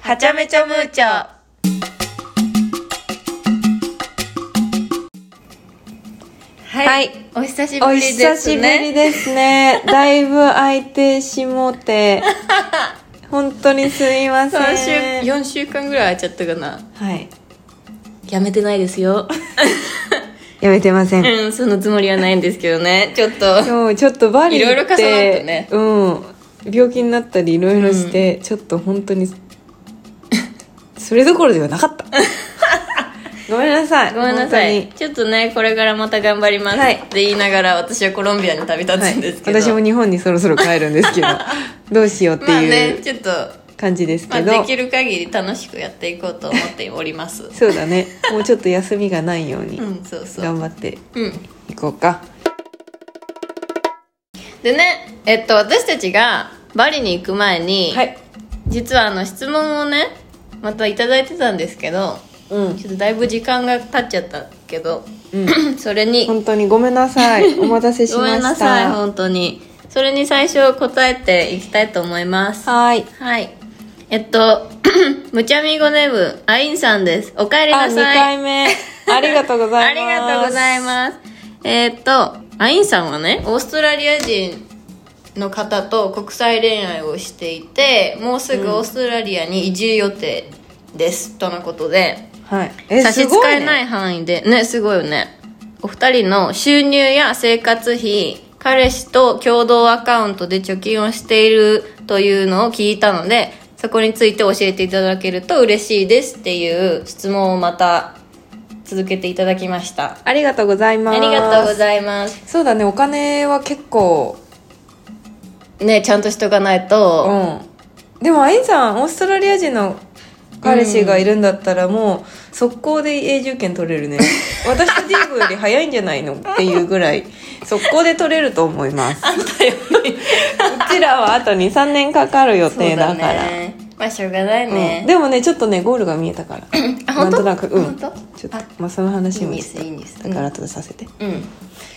はちゃめちゃムーチャはい、はいお久しおぶりですね久しぶりですね。 だいぶ空いてしも て。本当にすいません。 3週4週間ぐらい空いちゃったかなはい。やめてないですよやめてません。 うんそのつもりはないんですけどねちょっと 今日ちょっとバリ行っていろいろ重なってねうん。病気になったりいろいろして、ちょっと本当に、それどころではな かった。ごめんなさい。ごめんなさい本ちょっとねこれからまた頑張ります、はいって言いながら私はコロンビアに旅立当に。はつんいです、けど、私も日本にそろそろ帰るん ですけどどうしようってまあいねうちょっと、感じですまあ、けど、できる限り楽しくやっていこうと思っております そうだねもうちょっと休みがないようにうんそうそう頑張ってうんいこうかでねえっと私たちがバリに行く前に、はい実はあの質問をねまた頂いただいてたんですけどうんちょっとだいぶ時間が経っちゃったけど それに本当にごめんなさ いお待たせしごまめんなしさいたは本当にそれに最初答えていきたいと思いますーいはいえっと むちゃみごネブアインさんですおかえりあな2さい回目 ありがとうござあいりますがとうございますえっとアインさんはねオーストラリア人の方と国際恋愛をしていてもうすぐオーストラリアに移住予定です、とのことですはいえ差しす支ごいえなねい範囲でねすごいよねお二人の収入や生活費彼氏と共同アカウントで貯金をしているというのを聞いたのでそこについて教えていただけると嬉しいですっていう質問をまた続けていただきましたありがとうございまあすりがとうごいざいますそうだねお金は結構ねちゃんとしとかないうとんでもあいさんオーストラリア人の彼氏がいるんだったらもう速攻で永住権取れ るね私とディーブより早いんじゃないのっていうぐらい速攻で取れると思いますあんたよりうちらはあと23年かかる予そう定だからねまあしょうがないうんね、でもねちょっとねゴールが見えたからあ本なん当となくうんちょ本っと当あまあその話もいいんでちすょっいいんですとだから後でさせてうん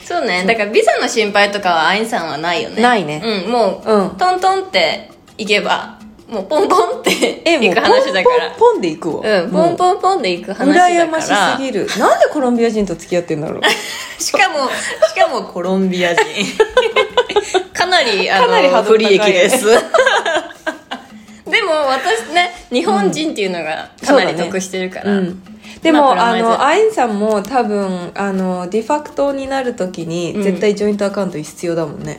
そうねだからビザの心配とかはアインさんはないよねないねうんもう、うんトントンって行けばもうポンポンってえも行くうポン話だからポンポンで行くわうんポンンポンポンで行く話だから羨ましすぎるなんでコロンビア人と付き合ってんだろうしかもしかもコロンビア人 かなりあのかなりハード不ル高利い益ですでも私ね日本人っていうのがかなり得してるから、うんでも、まああプラマイゼロのアインさんも多分あのディファクトになる時にうん絶対ジョイントアカウント必要だもんね、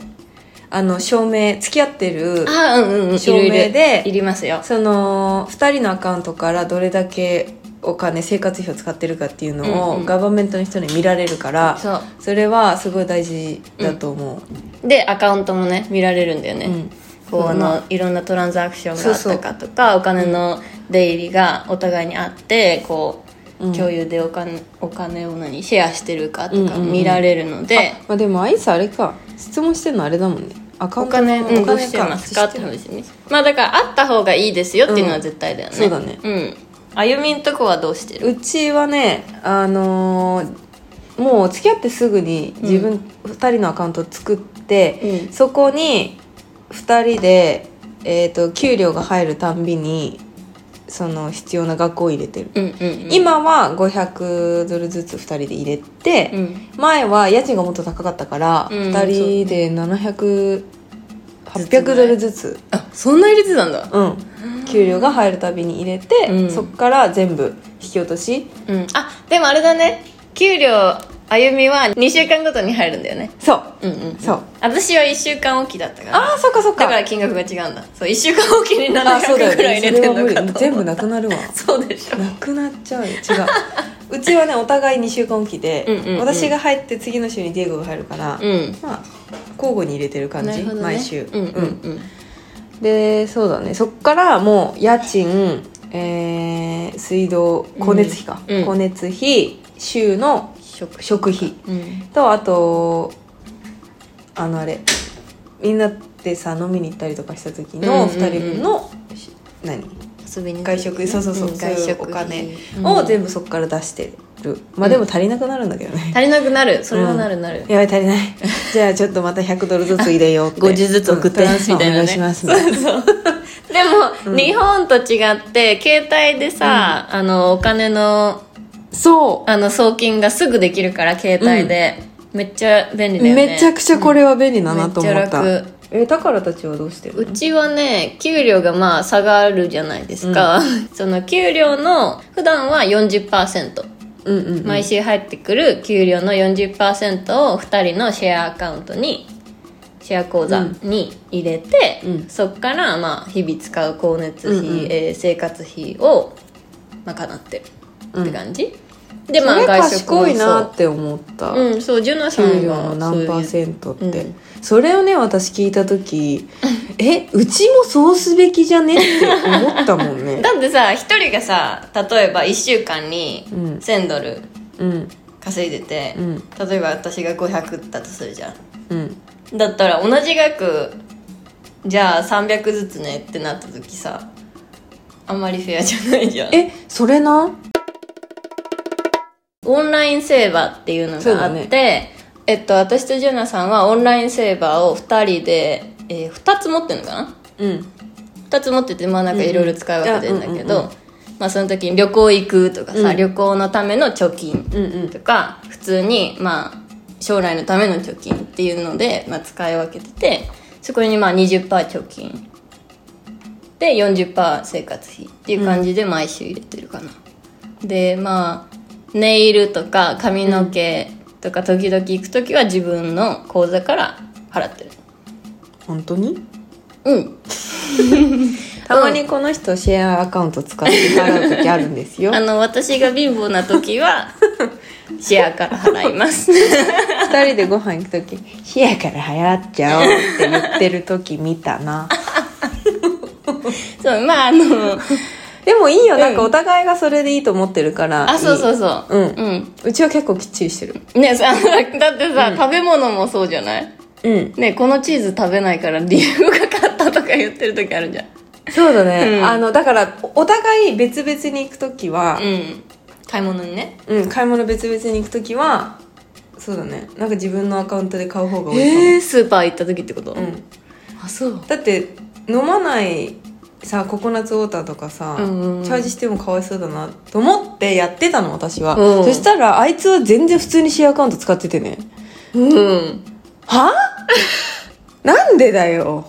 あの証明付き合ってるああうんうんうんい証る明いるでいりますよその2人のアカウントからどれだけお金生活費を使ってるかっていうのを、うんうんガバメントの人に見られるからそうそれはすごい大事だと思う、でアカウントもね見られるんだよね、うんこうそうあまのあいろんなトランザクションがそあうっそうたかとかお金の出入りがお互いにあってこう、うん共有でお金お金を何シェアしてるかとかうんうんうん見られるので、まあ、でもアイスあれか質問してるのあれだもんねアカウおント金のうんどうしてますかって話ねまあだからあった方がいいですよっていうのは絶対だよね、うんそうだねうんあゆみんとこはどうしてるうちはねあのーもう付き合ってすぐに自分、2人のアカウント作って、うんそこに2人で、えー、と給料が入るたんびにその必要な額を入れてる、うんうんうん今は500ドルずつ2人で入れて、うん前は家賃がもっと高かったから、うん2人で700800ドルずつ、あそんな入れてたんだうん、給料が入るたびに入れて、うんそっから全部引き落としうんあでもあれだね給料あゆみは2週間ごとに入るんだよねそううんうんんそう私は1週間おきだったからああそっかそっかだから金額が違うんだそう1週間おきにあそうだ700よくらいね入れそてれんはの無かと思理った全部なくなるわそうでしょなくなっちゃうよ違ううちはねお互い2週間おきで、うんうんうん私が入って次の週にディエゴが入るから、うんまあ交互に入れてる感なじるほどね毎週うんうんうんでそうだねそっからもう家賃、えー水道光熱費か、うんうん光熱費週の食食費うんとあとあのあれみんなでさ飲みに行ったりとかした時のうんうんうん2人分の、し何遊びに行く外食そうそうそう、んそうい外う食お金うんを全部そこから出してる、まあでも足りなくなるんだけどね、 足りなくなるそれはなるなる、やばい足りない じゃあちょっとまた100ドルずつ入れようって50ずつ送ってうんトランスファーお願いしま すそうそうでも、日本と違って携帯でさ、あのお金のそあの送金がすぐできるから携帯で、めっちゃ便利う、だよねめちゃくちゃこれは便利だなと思めっっちゃた、楽えだからたちはどうしてるうちはね給料がまあ下があるじゃないですか、 その給料の普段は40%、うんうんうん毎週入ってくる給料の40%を2人のシェアアカウントにシェア口座に入れて、うんそっからまあ日々使う光熱費、うんうんえー生活費を賄ってるって感じ、でまあそれ外食も賢いなそって思った、ううんそうジュナさんは給料の何パーンセントって、うんそれをね私聞いた 時えうちもそうすべきじゃねって思ったもん ねだってさ一人がさ例えば1週間にうん1000ドルうん稼いでてう、ん例えば私が500だとするじゃんうんだったら同じ額じゃあ300ずつねってなった時さあんまりフェアじゃないじゃんえそれなオンラインセーバーっていうのそうがあだって、ねえっと私とジュナさんはオンラインセーバーを2人で、え2つ持ってるのかなうん2つ持っててまあなんかいろいろ使い分けてんだけうんうんうんうんどまあその時に旅行行くとかさ、うん旅行のための貯金うんうんとか普通にまあ将来のための貯金っていうので、まあ、使い分けててそこにまあ20%貯金で40%生活費っていう感じで毎週入れてるかな、でまあネイルとか髪の毛とか時々行く時は自分の口座から払ってる本当にうんたまにこの人シェアアカウント使って払う時 あるんですよあの私が貧乏な時 はシェアから払います 二人でご飯行く時「シェアから払っちゃおう」って言ってる時見た なそうまああのでもいいようんなんかお互いがそれでいいと思ってるからあそうそううそううんうんうちは結構きっちりしてるねさ だってさ、食べ物もそうじゃないうんねこのチーズ食べないから理由が買ったとか言ってる時あるじゃんそうだね、うんあのだからおお互い別々に行く時は、うん買い物にねうん買い物別々に行く時はそうだねなんか自分のアカウントで買う方が多いかも、えー、スーパー行った時ってこと、うん、あそうだって飲まないさココナッツウォーターとかさ、うんうんうんチャージしてもかわいそうだなと思ってやってたの私は、うんそしたらあいつは全然普通にシェアアカウント使っててねうんはなんでだよ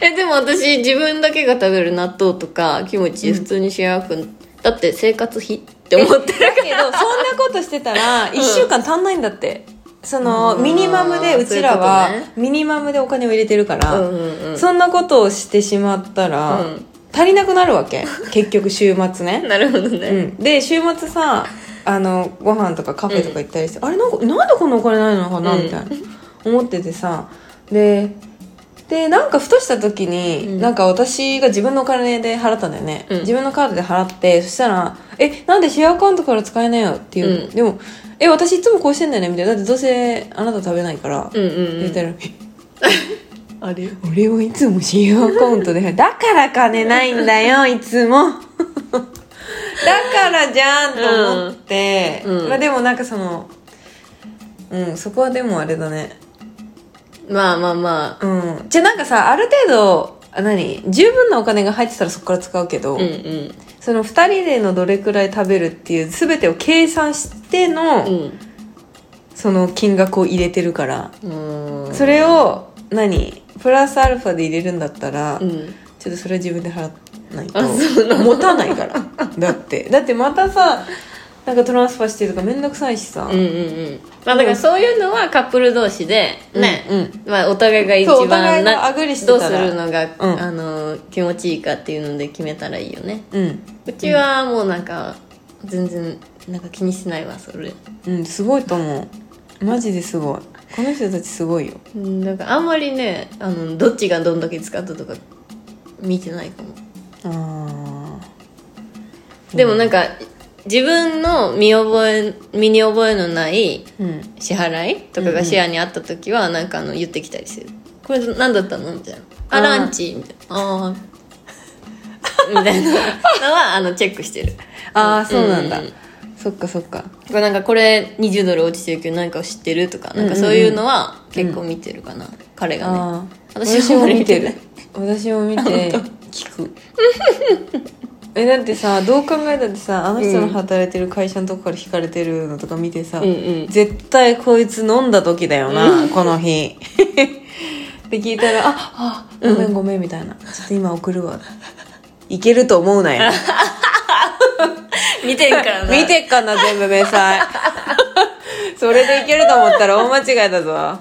えでも私自分だけが食べる納豆とかキムチ普通にシェアくん、だって生活費って思って るだけどそんなことしてたら1週間足んないんだって、そのうんミニマムでうちらはそういうことミニマムでお金を入れてるから、うんうんうんそんなことをしてしまったら、うん足りなくなるわ け結局週末ねなるほどうね、ん、で週末さあのご飯とかカフェとか行ったりして、あれなんかなんでこんなお金ないのかなうんみたいな、思っててさででなんかふとした時に、うんなんか私が自分のお金で払ったんだよね、うん自分のカードで払ってそしたら「えなんでシェアアカウントから使えないよ」っていう、うんでも「え私いつもこうしてんだよね」みたいな「だってどうせあなた食べないから」うん、うんうん言ったら「えあれ俺はいつもシェアアカウントでだから金ないん だよいつもだからじゃんと思って、うんうんまあでもなんかそのうんそこはでもあれだねまあまあまうんじゃあなんかさある程度あ何十分なお金が入ってたらそこから使うけど、あうんうんその2人でのどれくらい食べるっていう全てを計算しての、うんその金額を入れてるから、うんそれを何プラスアルファで入れるんだったら、うんちょっとそれは自分で払わないあそうと持たないからだってだってまたさなんかトランスファーしてとかめんどくさいしさ、うんうんうんまあだからそういうのはカップル同士でね、うんうんまあ、お互いが一そうお番互いながアグリしてどうたすらるのが、うんあの気持ちいいかっていうので決めたらいいよねうんうちはもうなんか全然なんか気にしないわそれうんすごいと思うマジですごいこの人たちすごいようんなんかあんまりねあのどっちがどんだけ使ったとか見てないかもあでもなんか自分の見覚え身に覚えのないーうん支払いとかがシェアにあった時はなんかあの言ってきたりする「これ何だったの?」みたいな「ああーランチ」みたいな「ああ」みたいなのはあのチェックしてるああそうなんだ、うんそっかそっかとかなんかこれ20ドル落ちてるけど何かを知ってるとかなんかそういうのは結構見てるかな、彼がねああ私も見てるい私も見て聞くえだってさどう考えたってさあの人の働いてる会社のとこから引かれてるのとか見てさ、うんうん絶対こいつ飲んだ時だよな、この日 って聞いたら「ああごめんごめん」みたいな「ちょっと今送るわ」いけると思うなよ見てるからな見てっかな全部明 細それでいけると思ったら大間違いだぞ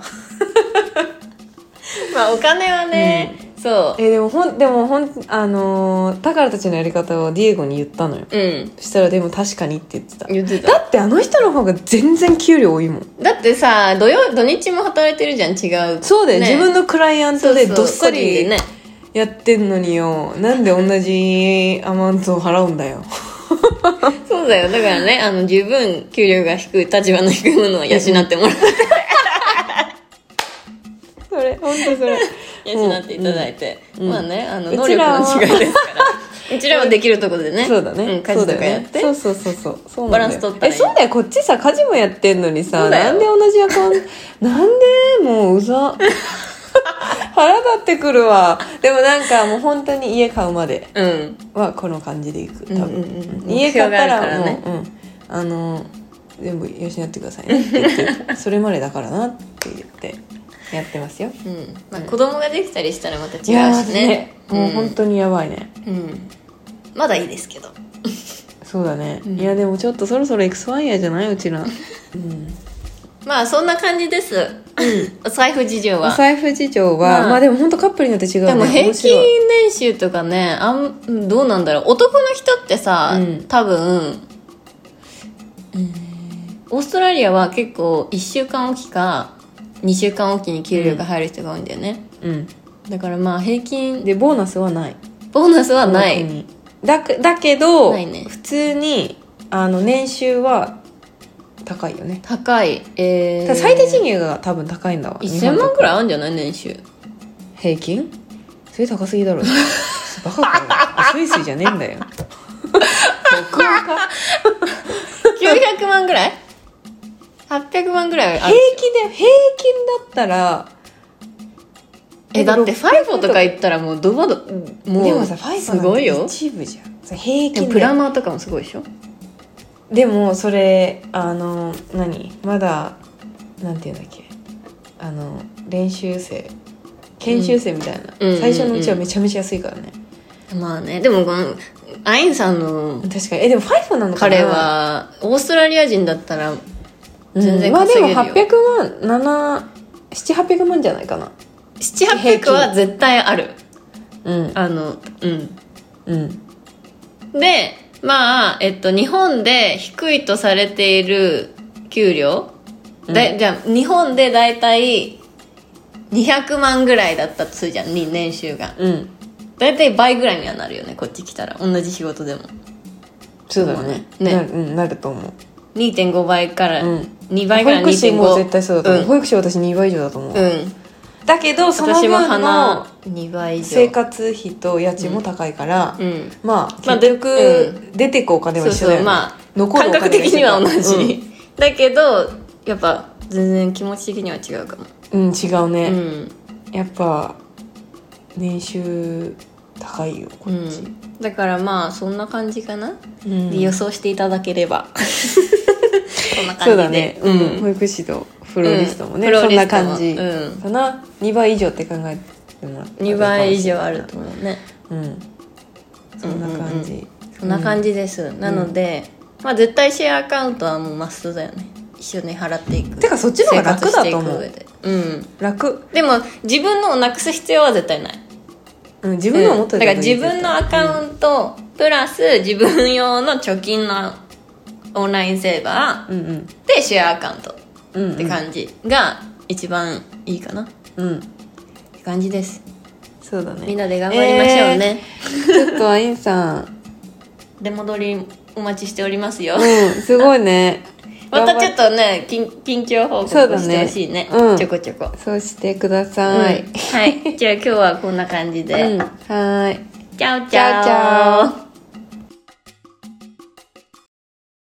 まあお金はね、そえでもほんでもほんあのー、宝たちのやり方をディエゴに言ったのよううんそしたらでも確かにって言ってた言ってただってあの人の方が全然給料多いもんだってさ土曜土日も働いてるじゃん違うそうだよ、ね自分のクライアントでそうそうどっさ個人りでねやってんのによなんで同じアマウントを払うんだよそうだよだからねあの十分給料が低い立場の低いものを養って もらってそれ本当それ養っていただいて、んまあねあのう能ち力らはの違いです からうちらはできるところでね そうだね、ん、家事とかやっそてうそうそうそうそうなバラんだよンス取ったらいいえそうだよこっちさ家事もやってんのにそさうだよなんで同じアカウントなんでもううざ 腹立ってくるわでもなんかもう本当に家買うまでうん、はこの感じでいく多分、うんうんうん家買ったらもう目標うん、あの全部養ってくださいねって言ってそれまでだからなって言ってやってますようんまあ、子供ができたりしたらまた違うしいやーねねもう本当にやばいね、うん、うんまだいいですけどそうだね、いやでもちょっとそろそろ X1 やじゃないうちら、うん、まあそんな感じです、 お財布事情おは財布事情は、まあまあでも本当カップルによって違う、ね、でも平面白い均年収とかねあんうんどうなんだろう男の人ってさ、うん多分、オーストラリアは結構1週間おきか2週間おきに給料が入る人が多いんだよね、だからまあ平うん、均でボーナスはないボーナスはない、この国だくだけど、ないね普通にあの年収は高いよね、高いえたー、だ最低賃金が多分高いんだわ日本1000と万くらいあるんじゃない年収平均それ高す ぎだろバカかよスイスイじゃねえんだよ北欧か900万くらい800万くらいあ平る気で平均だったらえだってファイボとか行ったらもうドバドもうでもさファイすごいよ一部じゃんそれ平でも均プだよラマーとかもすごいでしょでもそれあの何まだなんていうんだっけあの練習生研修生みたいな、うん最初のうちはめちゃめちゃ安いからね、まあねでもこのアインさんの確かにえでもファイフなのかな彼はオーストラリア人だったらうん全然稼げるよまあでも800万700800万じゃないかな700800は絶対あるうんあのうんうんでまあえっと日本で低いとされている給料、だいじゃあ日本で大体200万ぐらいだったとするじゃんに年収がうん大体倍ぐらいにはなるよねこっち来たら同じ仕事でもそうだねねなる,、うん、なると思う2.5倍からうん2保倍から育士も絶2.5対そうだと思う、うん保育士は私2倍以上だと思う、うんだけどその私分もの花2倍以上生活費と家賃も高いから、うんまあまあ結局、で出てくお金はそう一そ緒だう、よ、ね、まあ残る感お金が覚的には同一緒だじ、だけどやっぱ全然気持ち的には違うかもうん、うん違ううね、ん、やっぱ年収高いようこっんち、だからまあそんな感じかな、うんで予想していただければそんな感じで そうだね、ううんん、保育士とフローリストもね、うんフローそんリスなトも感じうんかな、2倍以上って考えてもら2ったらいいかもしれない倍以上あると思うねうんそんな感じ、そんな感じです、なので、まあ絶対シェアアカウントはもうマストだよね一緒に払っていくてかそっちの方が楽だと思生活うしていく上でうん楽、でも自分のをなくす必要は絶対ないうん、自分の持ってうんだから自分のアカウントプラス自分用の貯金のオンラインセーバーうんうんでシェアアカウントうんうんって感じが一番いいかなっうんて感じですそうだねみんなで頑張りましょうね、ちょっとアインさん、出戻りお待ちしておりますようん、すごいね。 またちょっと。とね近近況報告そうだねしてほしいねうんちょこちょこ、そうしてくだうんさい。はいじゃあ今日はこんな感じで、うん、はーい。チャオチチャャオオチャオ